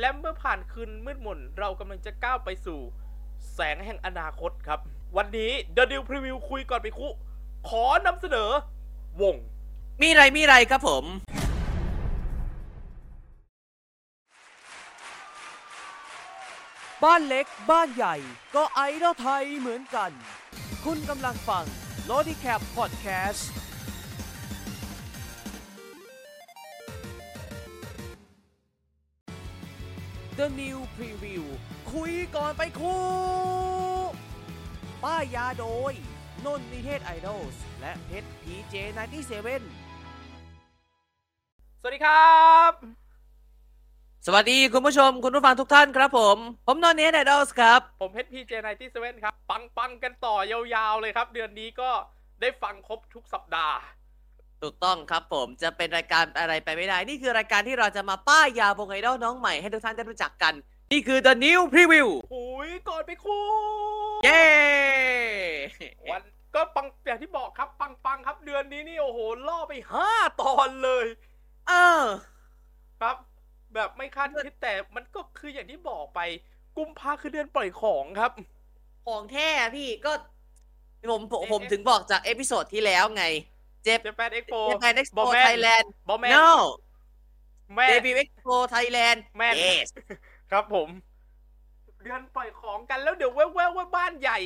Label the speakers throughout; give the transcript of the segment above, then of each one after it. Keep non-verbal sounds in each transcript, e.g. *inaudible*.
Speaker 1: และเมื่อผ่านคืนมืดมนเรากำลังจะก้าวไปสู่ แสงแห่งอนาคตครับ วันนี้ The Deal Preview คุยก่อนไปคุ ขอนำเสนอ วง
Speaker 2: มีไรมีไรครับผม
Speaker 3: บ้านเล็กบ้านใหญ่ก็ไอดอลไทยเหมือนกัน คุณกำลังฟังโลดีแคปพอดแคสต์ The New Preview คุยก่อนไปคุป้ายยาโดย นนนิเทศไอดอลและเพชรพีเจ97
Speaker 1: สวัสดีครับ
Speaker 2: สวัสดีคุณผู้ชมคุณผู้ฟังทุกท่านครับผม ผมนนท์เนทไอดอลครับ
Speaker 1: ผมเพชรพีเจไนที่เซเว่นครับ ปังปังกันต่อยาวๆเลยครับ เดือนนี้ก็ได้ฟังครบทุกสัปดาห์
Speaker 2: ถูกต้องครับผมจะเป็นรายการอะไรไปไม่ได้ นี่คือรายการที่เราจะมาป้ายยาวงไอดอลน้องใหม่ให้ทุกท่านได้รู้จักกัน นี่คือ The New Preview
Speaker 1: คุยก่อนไปคุ
Speaker 2: เย้
Speaker 1: วันก็ปังอย่างที่บอกครับปังปังครับ เดือนนี้นี่โอ้โหล่อไปห้าตอนเลย
Speaker 2: เออ
Speaker 1: ครับ แบบไม่คาดคิดแต่มันก็คืออย่างที่บอกไป กุมภาคือเดือนปล่อยของครับ
Speaker 2: ของแท้อะพี่ก็ผมผม
Speaker 1: เอ๊ะ
Speaker 2: ผมถึงบอกจากเอพิโซดที่แล้วไง เจ็บ
Speaker 1: เจแปนเอ็กโป
Speaker 2: เจ็บไง
Speaker 1: บอ
Speaker 2: Expo
Speaker 1: แม่น
Speaker 2: Thailand
Speaker 1: บอแมน
Speaker 2: No
Speaker 1: แม่
Speaker 2: Debut Expo Thailand
Speaker 1: แม่น
Speaker 2: Yes
Speaker 1: ครับผม เดือนปล่อยของกันแล้วเดี๋ยวแว่วๆว่าบ้านใหญ่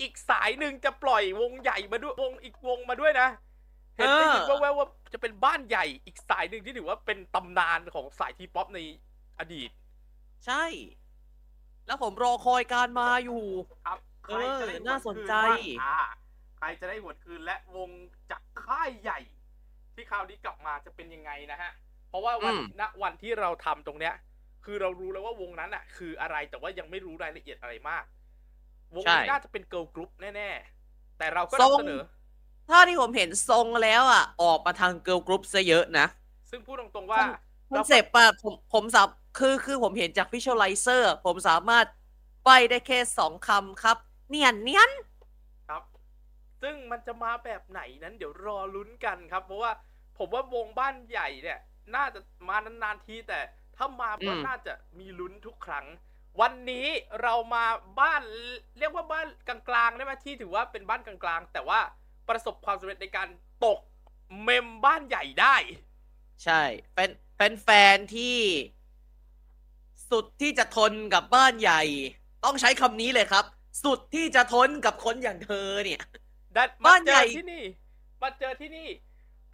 Speaker 1: อีกสายหนึ่งจะปล่อยวงใหญ่มาด้วยวงอีกวงมาด้วยนะ เห็นได้ยิน
Speaker 2: เออ
Speaker 1: แว่วๆว่าจะเป็นบ้านใหญ่อีกสายหนึ่งที่ถือว่าเป็นตำนานของสายทีป๊อปในอดีต
Speaker 2: ใช่ แล้วผมรอคอยการมาอยู่
Speaker 1: ครับใครจะได้
Speaker 2: เออน่าสนใจ
Speaker 1: หวดคืนบ้างอ่าใครจะได้หวดคืนและวงจากค่ายใหญ่ ที่คราวนี้กลับมาจะเป็นยังไงนะฮะ เพราะว่าวัน
Speaker 2: อืม
Speaker 1: ณวันที่เราทำตรงเนี้ย คือเรารู้แล้วว่าวงนั้นอ่ะ คืออะไรแต่ว่ายังไม่รู้รายละเอียดอะไรมาก วงนี้น่าจะเป็นเกิร์ลกรุ๊ปแน่ ๆ แต่เราก็นำเสนอ
Speaker 2: ถ้าที่ผมเห็นทรงแล้วอ่ะ ออกมาทางเกิร์ลกรุ๊ปซะเยอะนะ
Speaker 1: ซึ่งพูดตรงๆว่า
Speaker 2: ทรง คอนเซปต์อะผมผมสับคือคือผมเห็นจากวิชวลไลเซอร์ ผมสามารถไปได้แค่สองคำครับ เนียนเนียน
Speaker 1: ครับ ซึ่งมันจะมาแบบไหนนั้นเดี๋ยวรอลุ้นกันครับ เพราะว่าผมว่าวงบ้านใหญ่เนี่ย น่าจะมานานๆทีแต่ถ้ามา
Speaker 2: อืม
Speaker 1: ก็น่าจะมีลุ้นทุกครั้ง วันนี้เรามาบ้านเรียกว่าบ้านกลางๆได้ไหมที่ถือว่าเป็นบ้านกลางๆ แต่ว่าประสบความสำเร็จในการตกเมมบ้านใหญ่ได้
Speaker 2: ใช่เป็นเป็นแฟนที่ สุดที่จะทนกับบ้านใหญ่ ต้องใช้คำนี้เลยครับ สุดที่จะทนกับคนอย่างเธอเนี่ย
Speaker 1: ดันมา
Speaker 2: บ้าน
Speaker 1: เจ
Speaker 2: ใหญ่
Speaker 1: อที่นี่ มาเจอที่นี่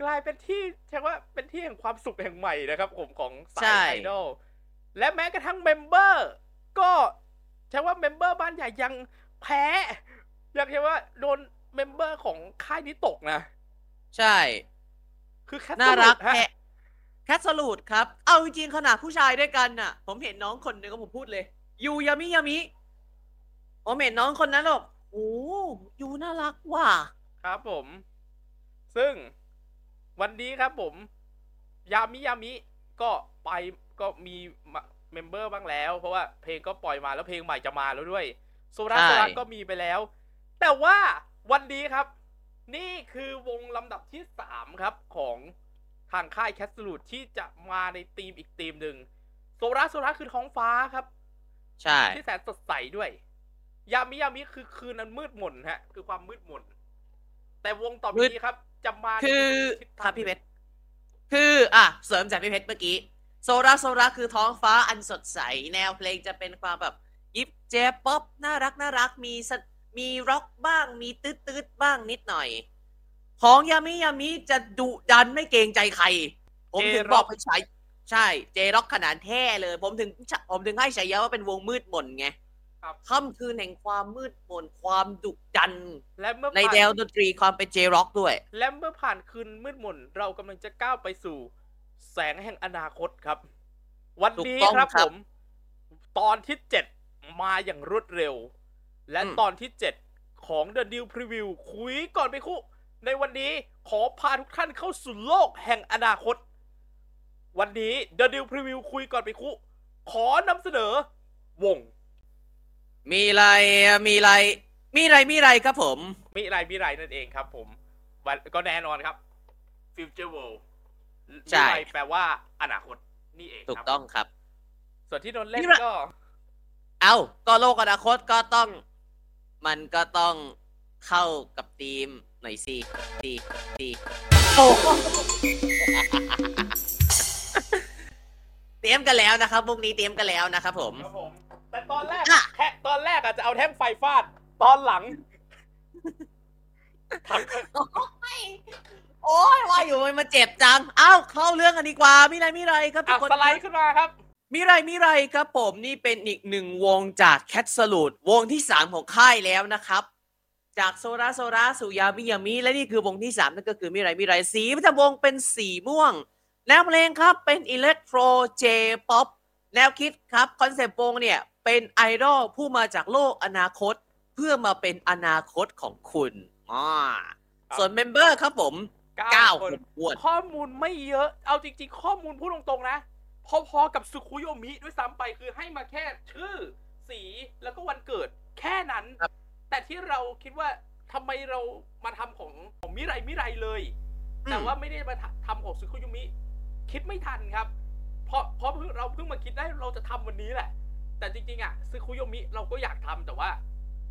Speaker 1: กลายเป็นที่เรียกว่าเป็นที่แห่งความสุขแห่งใหม่นะครับ ผมของสายไอดอลและแม้กระทั่งเมมเบอร์ก็ใช่ว่าเมมเบอร์บ้านใหญ่ยังแพ้ยังเรียกว่าโดนเมมเบอร์ของค่ายนี้ตกนะ
Speaker 2: ใช่
Speaker 1: คือแคท
Speaker 2: น่ารัก
Speaker 1: ฮะ
Speaker 2: แพะแคทสลูดครับ เอาจริงๆขนาดผู้ชายด้วยกันน่ะ ผมเห็นน้องคนหนึ่งก็ผมพูดเลย ยูยามิยามิผมเห็นน้องคนนั้นหรอกโอ้ยูน่ารักว่ะ
Speaker 1: ครับผม ซึ่งวันนี้ครับผม ยามิยามิก็ไปก็มีเมมเบอร์บ้างแล้ว เพราะว่าเพลงก็ปล่อยมาแล้วเพลงใหม่จะมาแล้วด้วยโซรา
Speaker 2: ใช่
Speaker 1: โซราก็มีไปแล้ว แต่ว่าวันนี้ครับ นี่คือวงลำดับที่สามครับของทางค่ายแคสตูดที่จะมาในทีมอีกทีมหนึ่งโซราโซราคือท้องฟ้าครับ
Speaker 2: ใช่
Speaker 1: ที่แสนสดใสด้วย ยามิยามิคือคืนนั้นมืดมนฮะ คือความมืดมน แต่วงต่อไป
Speaker 2: มืด
Speaker 1: นี้ครับ จะมาใน
Speaker 2: คือ
Speaker 1: ทิศ
Speaker 2: ค
Speaker 1: ทาง
Speaker 2: รับพี่เพชรคืออ่ะเสริมจากพี่เพชรเมื่อกี้ โซราโซราคือท้องฟ้าอันสดใส แนวเพลงจะเป็นความแบบ ยิปเจป๊อปน่ารักน่ารักมีสะมีร็อกบ้างมีตืดตืดๆบ้างนิดหน่อย ของยามิยามิจะดุดันไม่เกรงใจใคร ผมถึงบอกไปใช้ใช่ เจร็อกขนาดแท้เลย ผมถึงผมถึงให้ฉายาว่าเป็นวงมืดมนไง
Speaker 1: ครับ
Speaker 2: ค่ำคืนแห่งความมืดมนความดุดัน
Speaker 1: และเมื่อ
Speaker 2: ใน
Speaker 1: ผ่า
Speaker 2: แนวดนตรีความเป็นเจร็อกด้วย
Speaker 1: และเมื่อผ่านคืนมืดมน เรากำลังจะก้าวไปสู่ แสงแห่งอนาคตครับ วันนี้
Speaker 2: ถูกต้อง
Speaker 1: ครับ
Speaker 2: ครั
Speaker 1: ผ
Speaker 2: บ
Speaker 1: ม ตอนที่เจ็ดมาอย่างรวดเร็ว และ
Speaker 2: อืม
Speaker 1: ตอนที่เจ็ดของ The New Preview คุยก่อนไปคุในวันนี้ขอพาทุกท่านเข้าสู่โลกแห่งอนาคต วันนี้ The New Preview คุยก่อนไปคุขอนำเสนอ วง
Speaker 2: มีไรอะมีไร มีไร มีไรครับผม
Speaker 1: มิไรมิไรนั่นเองครับผมวันก็แน่นอนครับ Future World
Speaker 2: ใช่
Speaker 1: มิไรแปลว่าอนาคตนี่เอง
Speaker 2: ถู
Speaker 1: ค
Speaker 2: ก
Speaker 1: รับ
Speaker 2: ต้องครับ
Speaker 1: ส่วนที่นนท์เล่น
Speaker 2: นี่มัน
Speaker 1: ก็
Speaker 2: เอ้า ก็โลกอนาคตก็ต้อง มันก็ต้องเข้ากับทีมหน่อยสิสิสิ *laughs* โอ้โหเตรียมกันแล้วนะครับพวกนี้เตรียมกันแล้วนะครับผม
Speaker 1: ครับผม แต่ตอนแรก
Speaker 2: อ่ะ
Speaker 1: แค่ตอนแรกอาจจะเอาแท่งไฟฟาด ตอนหลังถัง
Speaker 2: โอ้ยว่าอยู่มันเจ็บจัง เอ้า เข้าเรื่องกันดีกว่า มีอะไรมีอะไรครับทุ
Speaker 1: อ่ะ
Speaker 2: กคน
Speaker 1: สไลด์ขึ้นมาครับ
Speaker 2: มิไรมิไรครับผมนี่เป็นอีกหนึ่งวงจากแคทสลูดวงที่ 3 ของค่ายแล้วนะครับ จากโซราโซราสุยามิยามิและนี่คือวงที่ 3 นั่นก็คือมิไรมิไรสีประจำวงเป็นสีม่วง แนวเพลงครับเป็นอิเล็กโทรเจป๊อปแนวคิดครับคอนเซปต์วงเนี่ยเป็นไอดอลผู้มาจากโลกอนาคต เพื่อมาเป็นอนาคตของคุณอ่า
Speaker 1: ครับ
Speaker 2: ส่วนเมมเบอร์ครับผม
Speaker 1: เก้า
Speaker 2: 9ค
Speaker 1: คน
Speaker 2: นอ้วน
Speaker 1: ข้อมูลไม่เยอะ เอาจริง ๆ ข้อมูลพูดตรงๆนะ พอๆกับสุคุโยมิด้วยซ้ำไปคือให้มาแค่ชื่อ สีแล้วก็วันเกิดแค่นั้น
Speaker 2: ครับ
Speaker 1: แต่ที่เราคิดว่าทำไมเรามาทำของของมิไรมิไรเลย แต่ว่าไม่ได้มาทะทำของซึคุยุมิ คิดไม่ทันครับ เพราะเพราะเพิ่งเราเพิ่งมาคิดได้เราจะทำวันนี้แหละ แต่จริงๆอ่ะซึคุยุมิเราก็อยากทำแต่ว่า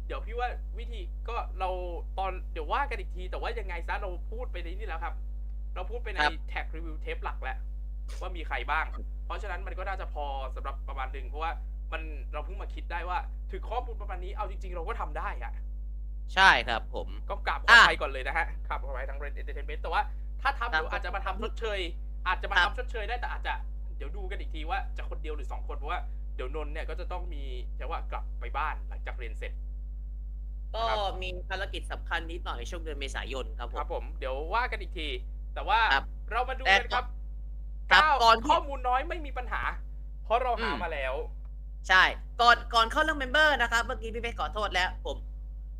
Speaker 1: เดี๋ยวพี่ว่าวิธีก็เราตอนเดี๋ยวว่ากันอีกที แต่ว่ายังไงซะเราพูดไปในนี้แล้วครับ เราพูดไปใน
Speaker 2: ครับ
Speaker 1: แท็กรีวิวเทปหลักแล้วว่ามีใครบ้าง เพราะฉะนั้นมันก็น่าจะพอสำหรับประมาณหนึ่งเพราะว่ามันเราเพิ่งมาคิดได้ว่า ถึงข้อมูลประมาณนี้เอาจริง ๆ เราก็ทำได้อะ
Speaker 2: ใช่ครับผม
Speaker 1: ก็กลับ
Speaker 2: อ่ะ
Speaker 1: เข้าไปก่อนเลยนะฮะกลับเข้าไปทาง Red Entertainment แต่ว่าถ้าทำ
Speaker 2: ครับ
Speaker 1: เดี๋ยวอาจจะมาทำชดเชย อาจจะมา
Speaker 2: ครับ
Speaker 1: ทำชดเชยได้แต่อาจจะเดี๋ยวดูกันอีกทีว่าจะคนเดียวหรือสองคนเพราะว่าเดี๋ยวนนท์เนี่ยก็จะต้องมีจะว่ากลับไปบ้านหลังจากเรียนเสร็จ
Speaker 2: ก็
Speaker 1: ครับ
Speaker 2: มีภารกิจสำคัญนิดหน่อยในช่วงเดือนเมษายนครับผ
Speaker 1: ครับ
Speaker 2: ม
Speaker 1: ผมเดี๋ยวว่ากันอีกที แต่ว่า
Speaker 2: ครับ
Speaker 1: เรามาดู
Speaker 2: แต่
Speaker 1: กันครับ
Speaker 2: ครับ
Speaker 1: เก้า
Speaker 2: ก่อนที่
Speaker 1: ข้อมูลน้อยไม่มีปัญหา เพราะเราหา
Speaker 2: อืม
Speaker 1: มาแล้ว
Speaker 2: ใช่ ก่อนก่อนเข้าเรื่องเมมเบอร์นะครับ เมื่อกี้พี่เพชรขอโทษแล้ว ผม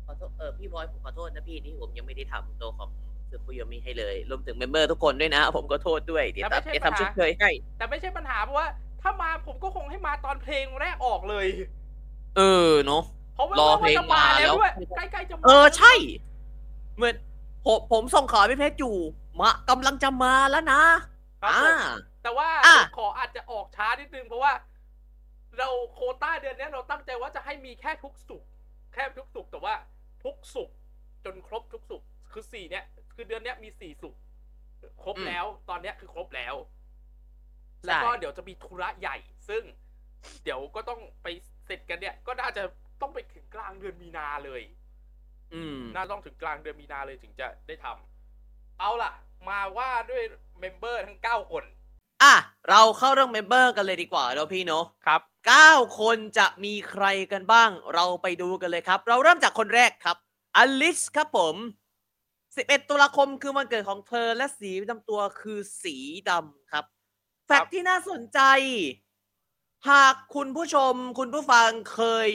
Speaker 2: ขอโทษเออพี่บอยผมขอโทษนะพี่ที่ผมยังไม่ได้ทำตัวของซูคุยมิให้เลยรวมถึงเมมเบอร์ทุกคนด้วยนะ ผมก็โทษด้วยเดี๋ยว
Speaker 1: แล้วไม่
Speaker 2: จะ
Speaker 1: ใช่ปัญหา
Speaker 2: ทำชุดเคยให้
Speaker 1: แต่ไม่ใช่ปัญหาเพราะว่าถ้ามาผมก็คงให้มาตอนเพลงแรกออกเลย
Speaker 2: เออเนาะ
Speaker 1: เพราะว่าร
Speaker 2: อ
Speaker 1: ว่า
Speaker 2: เพลง
Speaker 1: จะมา
Speaker 2: มา
Speaker 1: แล้ว
Speaker 2: แล้ว
Speaker 1: ด้วยใกล้ๆจะมา
Speaker 2: เออใช่เหมือนผมผมส่งขอพี่เพชรอยู่มากำลังจะมาแล้วนะครับ อ่า
Speaker 1: ผม แต่ว่า
Speaker 2: อ่ะ
Speaker 1: ขออาจจะออกช้านิดนึงเพราะว่า เราโควต้าเดือนเนี้ยเราตั้งใจว่าจะให้มีแค่ทุกสุกร์แค่ทุกสุกร์แต่ว่าทุกสุกร์จนครบทุกสุกร์คือสี่เนี้ยคือเดือนเนี้ยมีสี่สุกร์ครบแล้ว ตอนเนี้ยคือครบแล้ว แล้ว
Speaker 2: ใช่
Speaker 1: ก็เดี๋ยวจะมีธุระใหญ่ ซึ่ง เดี๋ยวก็ต้องไปเสร็จกันเนี่ย ก็น่าจะต้องไปถึงกลางเดือนมีนาเลย
Speaker 2: อืม
Speaker 1: น่าต้องถึงกลางเดือนมีนาเลยถึงจะได้ทำเอาล่ะ มาว่าด้วยเมมเบอร์ทั้งเก้าคน
Speaker 2: อ่ะ เราเข้าเรื่องเมมเบอร์กันเลยดีกว่าเนาะพี่เนาะ
Speaker 1: ครับ
Speaker 2: 9 คนจะมีใครกันบ้าง เราไปดูกันเลยครับ เราเริ่มจากคนแรกครับอลิสครับผม 11 ตุลาคมคือวันเกิดของเธอและสีประจำตัวคือสีดำครับ แฟกต์ที่น่าสนใจ หากคุณผู้ชม คุณผู้ฟังเคย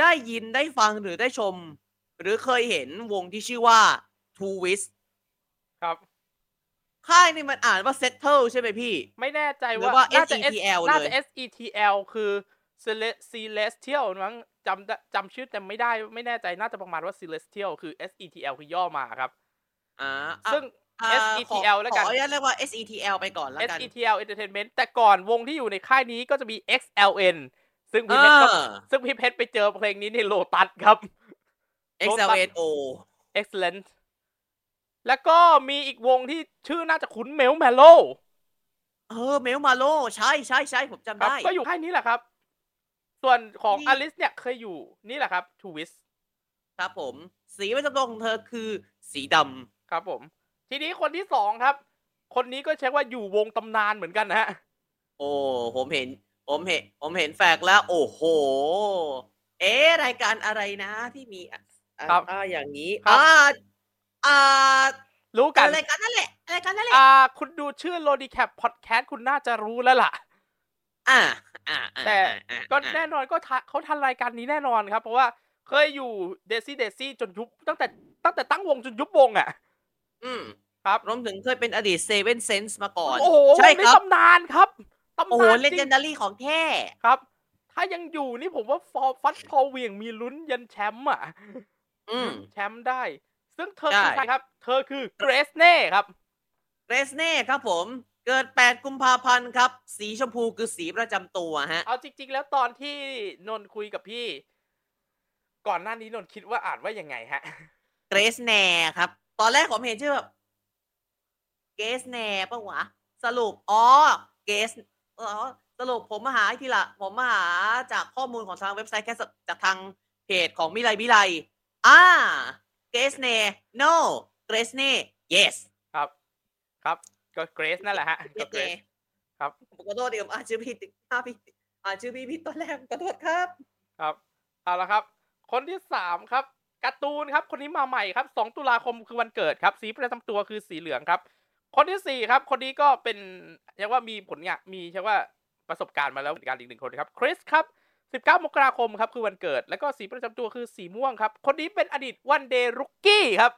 Speaker 2: ได้ยินได้ฟังหรือได้ชม หรือเคยเห็นวงที่ชื่อว่า Two w i s
Speaker 1: ครับ
Speaker 2: ค่ายนี่มันอ่านว่า Settle ใช่ไหมพี่
Speaker 1: ไม่แน่ใจ
Speaker 2: หรือ
Speaker 1: ว่า
Speaker 2: ว่า
Speaker 1: น่าจะ S-
Speaker 2: SETL
Speaker 1: น่าจะ
Speaker 2: เลย
Speaker 1: SETL คือ Cele- Celestial มั้งจำได้จำชื่อแต่ไม่ได้ไม่แน่ใจน่าจะประมาณว่า Celestial คือ SETL คือย่อมาครับ
Speaker 2: อ่าอ่ะ
Speaker 1: ซึ่ง
Speaker 2: อ่า
Speaker 1: SETL
Speaker 2: ขอ
Speaker 1: แล้วกัน
Speaker 2: ขออนุญาตเรียกว่า SETL ไปก่อนแล้วกัน
Speaker 1: SETL Entertainment แต่ก่อนวงที่อยู่ในค่ายนี้ก็จะมี XLN ซึ่งพี่เพชรก็
Speaker 2: เออ
Speaker 1: ซึ่งพี่เพชรไปเจอเพลงนี้ในโลตัสครับ
Speaker 2: XLNO
Speaker 1: Excellent แล้วก็มีอีกวงที่ชื่อน่าจะคุ้นเมลแมโล
Speaker 2: เออเมลมาโล ใช่ใช่ใช่ผมจำ
Speaker 1: ครับ
Speaker 2: ได้
Speaker 1: ก็อยู่ค่ายนี้แหละครับ ส่วนของ
Speaker 2: นี่
Speaker 1: อลิสเนี่ยเคยอยู่นี่แหละครับทูวิส
Speaker 2: ครับผม สีประจำตัวของเธอคือสีด
Speaker 1: ครับผม ทีนี้คนที่สองครับ คนนี้ก็เช็คว่าอยู่วงตำนานเหมือนกันนะฮะ
Speaker 2: ำโอ้ ผมเห็น ผมเห็น ผมเห็นแฟกแล้ว โอ้โห เอ๊ะรายการอะไรนะที่มีอ่ะอ่ะ
Speaker 1: ครับ
Speaker 2: อ่าอย่างนี้
Speaker 1: ครับ
Speaker 2: อ่าอ่า
Speaker 1: รู้กัน
Speaker 2: รายการนั่นแหละรายการนั่นแหละ
Speaker 1: อ่า คุณดูชื่อโลดีแคปพอดแคสต์คุณน่าจะรู้แล้วล่ะ
Speaker 2: อ่าอ่าอ่า
Speaker 1: แต่
Speaker 2: อ่า
Speaker 1: ก็
Speaker 2: อ่า
Speaker 1: แน่นอนก็ทะเขาทันรายการนี้แน่นอนครับ เพราะว่าเคยอยู่เดซี่เดซี่จนยุบตั้งแต่ตั้งแต่ตั้งวงจนยุบวงอ่ะ
Speaker 2: อืม
Speaker 1: ครับ
Speaker 2: รวมถึงเคยเป็นอดีตเซเว่นเซนส์มาก่อน
Speaker 1: โอ้โห
Speaker 2: ใช่
Speaker 1: วงนี้
Speaker 2: ครับ
Speaker 1: ตำนานครับตำนาน
Speaker 2: โอ้โหเล
Speaker 1: จ
Speaker 2: เจ
Speaker 1: ริ
Speaker 2: น
Speaker 1: ง
Speaker 2: ดารี่ของแท้
Speaker 1: ครับ ถ้ายังอยู่นี่ผมว่าฟอร์ฟัดพอเหวียงมีลุ้นยันแชมป์อ่ะ
Speaker 2: อืม
Speaker 1: แชมป์ได้ ซึ่งเธอคือ
Speaker 2: ใช่
Speaker 1: ใครครับ เธอคือเกรซเน่ครับ
Speaker 2: เรสเน่ครับผม เก เกิด 8 กุมภาพันธ์ครับ สีชมพูคือสีประจำตัวฮะ
Speaker 1: เอาจริง ๆ แล้วตอนที่นนท์คุยกับพี่ ก่อนหน้านี้นนท์คิดว่าอ่านว่ายังไงฮะ *laughs*
Speaker 2: เกรซแนร์ครับ ตอนแรกผมเห็นชื่อแบบเกรซแนร์ปะวะ สรุป อ๋อ เกรซอ๋อสรุปผมมาหาอีกทีละ ผมมาหาจากข้อมูลของทางเว็บไซต์แค่สจากทางเพจของมิไลมิไลอ่าเกรซแนร์ no เกรซเน่ yes
Speaker 1: ครับ ครับ ก็เกรซนั่นแหละฮะ
Speaker 2: เกร
Speaker 1: ก็
Speaker 2: ซ
Speaker 1: เกร
Speaker 2: เน่
Speaker 1: ซ ครับ
Speaker 2: ผมขอโทษเดี๋ยวอ่านชื่อพี่ติด *laughs* อ่านพี่อ่านชื่อพี่พี่ตอนแรกขอโทษครับ
Speaker 1: ครับเอาละครับ คนที่สามครับการ์ตูนครับ คนนี้มาใหม่ครับสองตุลาคมคือวันเกิดครับ สีประจำตัวคือสีเหลืองครับ คนที่สี่ครับ คนนี้ก็เป็นเรียกว่ามีผลงานมีเรียกว่าประสบการณ์มาแล้วเหมือนกันอีกหนึ่งคนครับคริสครับสิบเก้ามกราคมครับคือวันเกิด แล้วก็สีประจำตัวคือสีม่วงครับ คนนี้เป็นอดีตวันเดย์รุกกี้ครับ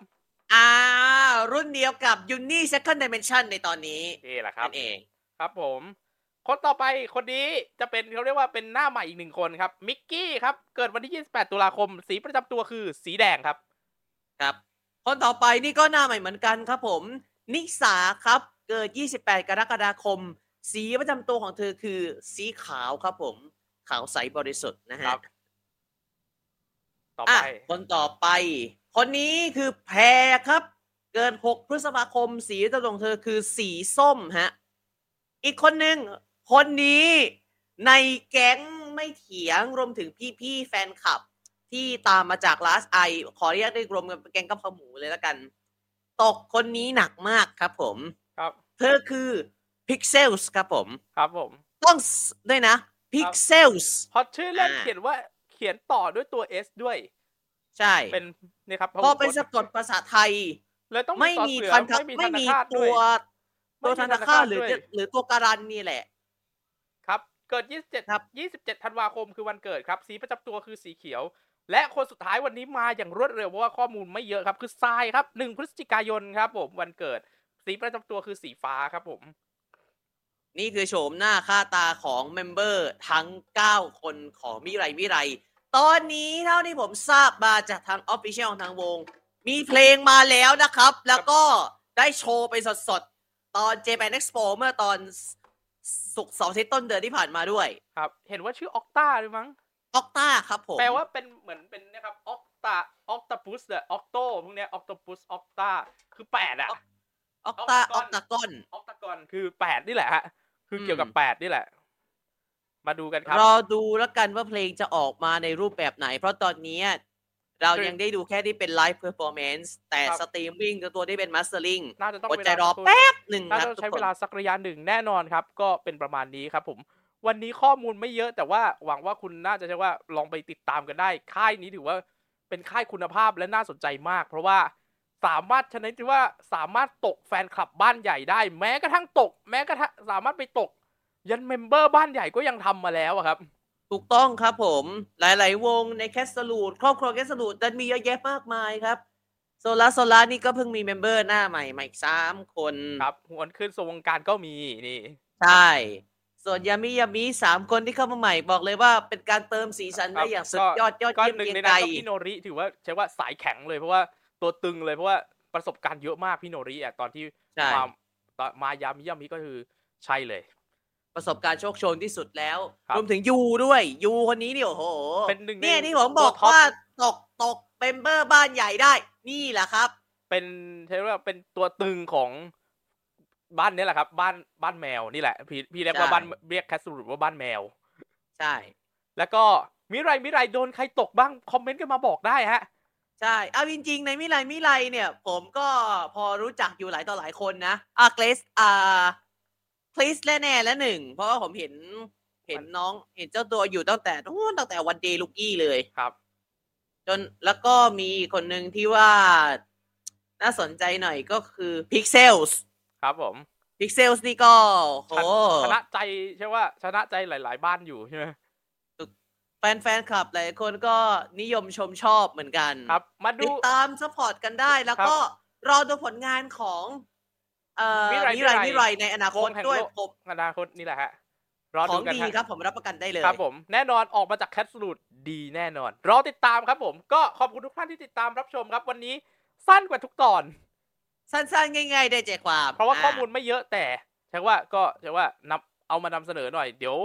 Speaker 2: อ่า รุ่นเดียวกับยูนี่ second dimension ในตอนนี้
Speaker 1: นี่แหละครับ
Speaker 2: นั่นเอง
Speaker 1: ครับผม คนต่อไปคนนี้จะเป็นเขาเรียกว่าเป็นหน้าใหม่อีกหนึ่งคนครับมิกกี้ครับเกิดวันที่ 28 ตุลาคม สีประจำตัวคือสีแดงครับ
Speaker 2: ครับคนต่อไปนี่ก็หน้าใหม่เหมือนกันครับผม นิสาครับ เกิด 28 กรกฎาคม สีประจำตัวของเธอคือสีขาวครับผม ขาวใสบริสุทธิ์นะฮะ
Speaker 1: ครับ ต่อ
Speaker 2: อ่ะ
Speaker 1: ไป
Speaker 2: คนต่อไป คนนี้คือแพรครับ เกิด 6 พฤษภาคม สีประจำตัวของเธอคือสีส้มฮะ อีกคนหนึ่งคนนี้ในแก๊งไม่เถียงรวมถึงพี่ๆแฟนคลับ ที่ตามมาจากลาสไอขอเรียกได้รวมกันเป็นแกงกับขาวหมูเลยละกัน ตกคนนี้หนักมากครับผม
Speaker 1: ครับ
Speaker 2: เธอคือ Pixels ครับผม
Speaker 1: ครับผม
Speaker 2: ต้องสด้วยนะ Pixels
Speaker 1: พอชื่อเล่น
Speaker 2: อ่า
Speaker 1: เขียนว่าเขียนต่อด้วยตัว S ด้วย
Speaker 2: ใช่
Speaker 1: เป็นนี่ครับ
Speaker 2: พอ
Speaker 1: หุพ
Speaker 2: เป็
Speaker 1: จ
Speaker 2: น
Speaker 1: น์
Speaker 2: สะกดภาษาไทย
Speaker 1: เลยต้อง
Speaker 2: ไม่
Speaker 1: ต่อ
Speaker 2: มี
Speaker 1: เสือ
Speaker 2: ทันทัก
Speaker 1: ไม่มี
Speaker 2: ไม่
Speaker 1: ธน
Speaker 2: มี
Speaker 1: คาต
Speaker 2: ตั
Speaker 1: ด้วย
Speaker 2: ว ตัว
Speaker 1: ไม่
Speaker 2: ทัน
Speaker 1: มี
Speaker 2: ต
Speaker 1: ธนคา
Speaker 2: คาต
Speaker 1: ต
Speaker 2: หรือ
Speaker 1: ด้วย
Speaker 2: จะหรือตัวการันนี่แหละ
Speaker 1: ครับ เกิด
Speaker 2: ครับ
Speaker 1: 27 27 ธันวาคมคือวันเกิดครับ สีประจำตัวคือสีเขียว และคนสุดท้ายวันนี้มาอย่างรวดเร็วเพราะว่าข้อมูลไม่เยอะครับ คือทรายครับ 1 พฤศจิกายนครับผมวันเกิด สีประจำตัวคือสีฟ้าครับผม
Speaker 2: นี่คือโฉมหน้าค่าตาของเมมเบอร์ทั้ง 9 คนของมิไรมิไร ตอนนี้เท่าที่ผมทราบมาจากทางออฟฟิเชียลของทางวง มีเพลงมาแล้วนะครับ แล้วก็ได้โชว์ไปสดๆ ตอน Japan Expo เมื่อตอนสุกร์เสาร์อาที่ต้นเดือนที่ผ่านมาด้วย
Speaker 1: ครับ เห็นว่าชื่อออกต้าด้วยมั้ง
Speaker 2: ออกต้าครับผม
Speaker 1: แปลว่าเป็นเหมือนเป็นนะครับออกตาออกตาปุสเนี่ยออกโตพวกเนี้ยออกตาปุสออกตาคือแปดอะ
Speaker 2: ออกต้าอ
Speaker 1: Octagon
Speaker 2: อกตากอน
Speaker 1: ออกตากอนคือแปดนี่แหละฮะ คือ
Speaker 2: ม
Speaker 1: เกี่ยวกับแปดนี่แหละ มาดูกันครับ
Speaker 2: รอดูแล้วกันว่าเพลงจะออกมาในรูปแบบไหน เพราะตอนนี้ เรายังได้ดูแค่ที่เป็นไลฟ์เพอร์ฟอร์แมนซ์แต่
Speaker 1: ครับ
Speaker 2: สตรีมมิ่งกับตัวที่เป็นมาสเตอร์ลิง
Speaker 1: น่าจะต้อง
Speaker 2: อด
Speaker 1: เว
Speaker 2: ใจ
Speaker 1: ลาร
Speaker 2: อ
Speaker 1: สักค
Speaker 2: แป๊บหนึ่งค
Speaker 1: น่า
Speaker 2: รับ
Speaker 1: จะ
Speaker 2: ทุก
Speaker 1: ใช้
Speaker 2: ค
Speaker 1: เวน ลาสักระยะหนึ่งแน่นอนครับ ก็เป็นประมาณนี้ครับผม วันนี้ข้อมูลไม่เยอะ แต่ว่าหวังว่าคุณน่าจะใช่ว่าลองไปติดตามกันได้ ค่ายนี้ถือว่าเป็นค่ายคุณภาพและน่าสนใจมาก เพราะว่าสามารถชนิดที่ว่าสามารถตกแฟนคลับบ้านใหญ่ได้ แม้กระทั่งตก แม้กระทั่งสามารถไปตก ยันเมมเบอร์บ้านใหญ่ก็ยังทำมาแล้วอะครับ
Speaker 2: ถูกต้องครับผม หลายๆ วงในแคสสลูดครอบครัวแคสสลูดดันมีเยอะแยะมากมายครับ โซลาโซลานี่ก็เพิ่งมีเมมเบอร์หน้าใหม่มาอีกสามคน
Speaker 1: ครับหวนขึ้นสู่วงการก็มีนี่
Speaker 2: ใช่ ส่วนยามิยามิสามคนที่เข้ามาใหม่บอกเลยว่าเป็นการเติมสีสัน
Speaker 1: ครั
Speaker 2: ได้
Speaker 1: บ
Speaker 2: อย่างสุ
Speaker 1: ก็
Speaker 2: ดยอดยอด
Speaker 1: ก็
Speaker 2: เยี่ยม
Speaker 1: หนึ่ง
Speaker 2: เยียง
Speaker 1: ใน
Speaker 2: ใจ
Speaker 1: นั้นก็พี่โนริถือว่าใช้ว่าสายแข็งเลยเพราะว่าตัวตึงเลยเพราะว่าประสบการณ์เยอะมากพี่โนริอ่ะตอนที่
Speaker 2: ใช่
Speaker 1: มาตอนมายามิยามิก็คือใช่เลย
Speaker 2: ประสบการณ์โชคโชนที่สุดแล้ว
Speaker 1: ครับ
Speaker 2: รวมถึงยูด้วยยูคนนี้เนี่ยโอ้โห
Speaker 1: เป็นหนึ่งใน
Speaker 2: ยที่ผมบอ
Speaker 1: ตั
Speaker 2: ก
Speaker 1: วท็อป
Speaker 2: ว่าตกตกเมมเบอร์บ้านใหญ่ได้ นี่แหละครับ
Speaker 1: เป็นใช้ว่าเป็นตัวตึงของบ้านเนี้ยแหละครับ บ้านบ้านแมวนี่แหละ พี่พี่เรียกว่า
Speaker 2: ใช่
Speaker 1: บ้านเรียกแคสสูรุว่าบ้านแมว
Speaker 2: ใช่
Speaker 1: แล้วก็มิไรมิไรโดนใครตกบ้างคอมเมนต์กันมาบอกได้ฮะ
Speaker 2: ใช่ เอาจริงๆ ในมิไลมิไลเนี่ย ผมก็พอรู้จักอยู่หลายต่อหลายคนนะ อ่ะเกรซอ่าคริสและแน่และหนึ่ง เพราะว่าผมเห็น เห็นน้อง เห็นเจ้าตัวอยู่ตั้งแต่นู้นตั้งแต่วันเดย์ลูกี้เลย
Speaker 1: ครับ
Speaker 2: จนแล้วก็มีอีกคนหนึ่งที่ว่าน่าสนใจหน่อยก็คือพิกเซลส์
Speaker 1: ครับผม
Speaker 2: พิกเซลส์นี่ก็โห
Speaker 1: ชนะใจใช่ว่าชนะใจหลาย ๆ บ้านอยู่ใช่ไหม
Speaker 2: แฟนๆคลับหลายคนก็นิยมชมชอบเหมือนกัน
Speaker 1: ครับ มาดู
Speaker 2: ติดตามสปอร์ตกันได้แล้วก็รอดูผลงานของเอ่อ
Speaker 1: วิไล
Speaker 2: มิไร
Speaker 1: วิไล
Speaker 2: มิไรในอนาคต
Speaker 1: วงแห่ง
Speaker 2: ด้วย
Speaker 1: โลก
Speaker 2: ผม
Speaker 1: อนาคตนี่แหละฮะรอ
Speaker 2: ข
Speaker 1: ดู
Speaker 2: อง
Speaker 1: กัน
Speaker 2: ดี
Speaker 1: ฮะ
Speaker 2: ครับผมรับประกันได้เลย
Speaker 1: ครับผมแน่นอนออกมาจากแคสสูดดีแน่นอน รอติดตามครับผม ก็ขอบคุณทุกท่านที่ติดตามรับชมครับ วันนี้สั้นกว่าทุกตอน
Speaker 2: สั้นๆ ง่ายๆ ได้ใจความ
Speaker 1: เพราะว่า
Speaker 2: อ่
Speaker 1: ข้อมูลไม่เยอะแต่ ใช่ว่าก็ใช่ว่านับเอามานำเสนอหน่อย เดี๋ยว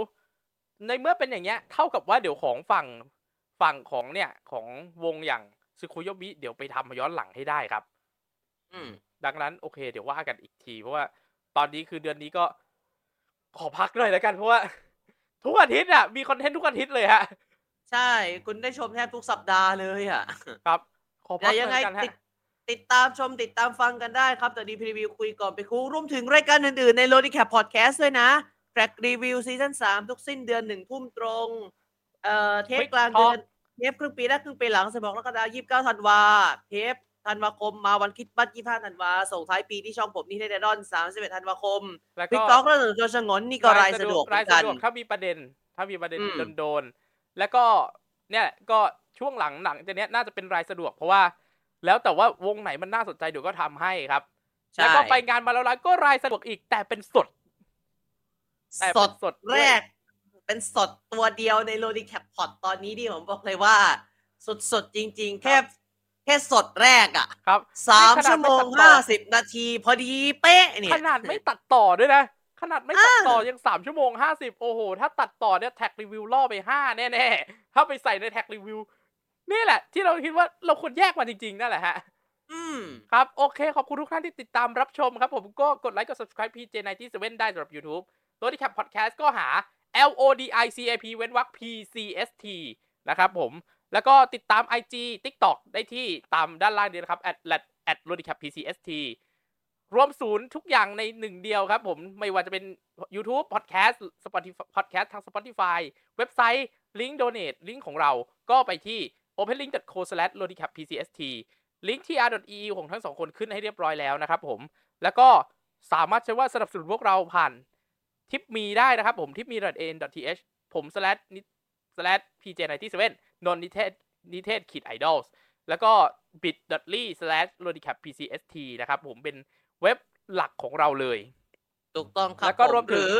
Speaker 1: ในเมื่อเป็นอย่างเงี้ย เท่ากับว่าเดี๋ยวของฝั่งฝั่งของเนี่ยของวงอย่างซึคุโยบิเดี๋ยวไปทำย้อนหลังให้ได้ครับ
Speaker 2: อืม
Speaker 1: ดังนั้นโอเค เดี๋ยวว่ากันอีกที เพราะว่าตอนนี้คือเดือนนี้ก็ขอพักหน่อยแล้วกันเพราะว่า *laughs* ทุกอาทิตย์อ่ะมีคอนเทนต์ทุกอาทิตย์เลยฮะ
Speaker 2: ใช่ คุณได้ชมแทบทุกสัปดาห์เลยอ่ะ
Speaker 1: ครับ ขอพั
Speaker 2: แต่
Speaker 1: กหน่
Speaker 2: ยั
Speaker 1: อง ย
Speaker 2: ไง
Speaker 1: แล้วกันฮะ
Speaker 2: ติดติดตามชมติดตามฟังกันได้ครับ แต่ดีพรีวิวคุยก่อนไปคุยรวมถึงรายการอื่นๆ ในโลดิแคปพอดแคสต์ด้วยนะแทร็กรีวิวซีซั่นสามทุกสิ้นเดือนหนึ่งทุ่มตรง เอ่อ เทปกลางเดือนเทปครึ่งปีแรกครึ่งปีหลังสบอกแล้วก็ดาวยี่สิบเก้าธันวา เทปธันวาคมมาวันคริดบัตยี่ห้าธันวา ส่งท้ายปีที่ช่องผมนี่ได้แน่นอนสามสิบเอ็ดธันวาคม
Speaker 1: แล้ว
Speaker 2: พิ
Speaker 1: ก็
Speaker 2: กต็อกเรื่องโจชงนนี่ก็รายสะดวกเหมื
Speaker 1: ราย
Speaker 2: อนกั
Speaker 1: สะ
Speaker 2: น
Speaker 1: ดวกถ้ามีประเด็น ถ้ามีประเด็น
Speaker 2: อืม
Speaker 1: โดนๆแล้วก็เนี่ยก็ช่วงหลังหลังจากเนี้ยน่าจะเป็นรายสะดวก เพราะว่า แล้วแต่ว่าวงไหนมันน่าสนใจเดี๋ยวก็ทำให้ครับ
Speaker 2: ใช่
Speaker 1: แล้วก็ไปงานมาแล้วร้านก็รายสะดวกอีกแต่เป็นสดแต่
Speaker 2: ส
Speaker 1: เป็
Speaker 2: ด
Speaker 1: นสด
Speaker 2: แรกเป็นสดตัวเดียวในโลดิแคปพอดตอนนี้ดิผมบอกเลยว่า สดสดๆจริง ๆ แค่แค่สดแรกอ่ะ
Speaker 1: ครับ
Speaker 2: สาม
Speaker 1: นี่ขนาด
Speaker 2: ชั่วโมง
Speaker 1: ไม่ตัดต่อ
Speaker 2: ห้าสิบนาที พอดีเป๊ะเนี่ย
Speaker 1: ขนาดไม่ตัดต่อด้วยนะ ขนาดไม่ตัดต่อ
Speaker 2: เออ
Speaker 1: ยังสามชั่วโมงห้าสิบโอ้โห ถ้าตัดต่อเนี่ยแท็กรีวิวล่อไปห้าแน่ๆ ถ้าไปใส่ในแท็กรีวิว นี่แหละ ที่เราคิดว่าเราควรแยกมันจริง ๆ นั่นแหละฮะ
Speaker 2: อืม
Speaker 1: ครับ โอเค ขอบคุณทุกท่านที่ติดตามรับชมครับ ผมก็กดไลค์กด subscribe PJ 97ได้สำหรับ YouTube โลดิแคปพอดแคสต์ก็หา L O D I C A P เว้นวรรค P C S T นะครับผม แล้วก็ติดตาม IG TikTok ได้ที่ตามด้านล่างนี้นะครับ at at at l o d i c a p p c s t รวมศูนย์ทุกอย่างในหนึ่งเดียวครับผมไม่ว่าจะเป็น YouTube Podcast Spotify Podcast ทาง Spotify เว็บไซต์ลิงก์ Donate ลิงก์ของเราก็ไปที่ openlink.co/lodicappcst ลิงก์ tr.eu ของทั้งสองคนขึ้นให้เรียบร้อยแล้วนะครับผม แล้วก็สามารถใช้ว่าสนับสนุนพวกเราผ่านทิปมีได้นะครับผมทิปมี .n.th ผม slash นิ slash pj 97นนนิเทศนิเทศขีด idols แล้วก็ bit.ly slash lodicap pcst นะครับผมเป็นเว็บหลักของเราเลย
Speaker 2: ถูกต้องครับ
Speaker 1: แล้วก็รวม
Speaker 2: ผ
Speaker 1: ถึง
Speaker 2: หรือ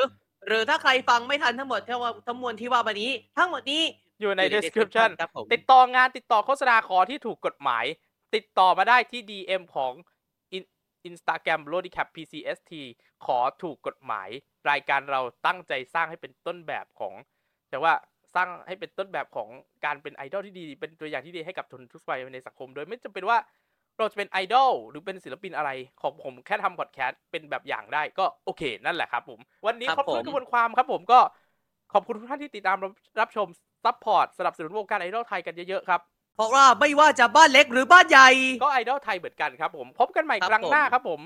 Speaker 2: หรือถ้าใครฟังไม่ทันทั้งหมดทั้งว่าทั้งมวลที่ว่ามานี้ ทั้งหมดนี้
Speaker 1: อยู่ใน
Speaker 2: อยู่
Speaker 1: description
Speaker 2: ครับผม
Speaker 1: ติดต่องานติดต่อโฆษณาขอที่ถูกกฎหมาย ติดต่อมาได้ที่ DM ของอินสตาแกรม Lodicap PCST ขอถูกกฎหมาย รายการเราตั้งใจสร้างให้เป็นต้นแบบของ แต่ว่าสร้างให้เป็นต้นแบบของการเป็นไอดอลที่ดี เป็นตัวอย่างที่ดีให้กับคนทุกฝ่ายในสังคม โดยไม่จำเป็นว่าเราจะเป็นไอดอลหรือเป็นศิลปินอะไร ของผมแค่ทำพอดแคสต์เป็นแบบอย่างได้ก็โอเค นั่นแหละครับผม วันนี้ขอบคุณกระบวนความครับผมก็ขอบคุณทุกท่านที่ติดตามรับชมซัพพอร์ตสนับสนุนวงการไอดอลไทยกันเยอะๆครับ
Speaker 2: เพราะว่าไม่ว่าจะบ้านเล็กหรือบ้านใหญ่
Speaker 1: ก็ไอดอลไทยเหมือนกันครับผม พบกันใหม่
Speaker 2: ครับ
Speaker 1: ครั้งหน้า
Speaker 2: ผม
Speaker 1: ครับผม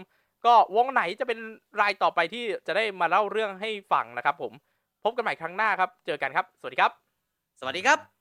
Speaker 1: ก็วงไหนจะเป็นรายต่อไปที่จะได้มาเล่าเรื่องให้ฟังนะครับผม พบกันใหม่ครั้งหน้าครับ เจอกันครับ สวัสดีครับ
Speaker 2: สวัสดีครับ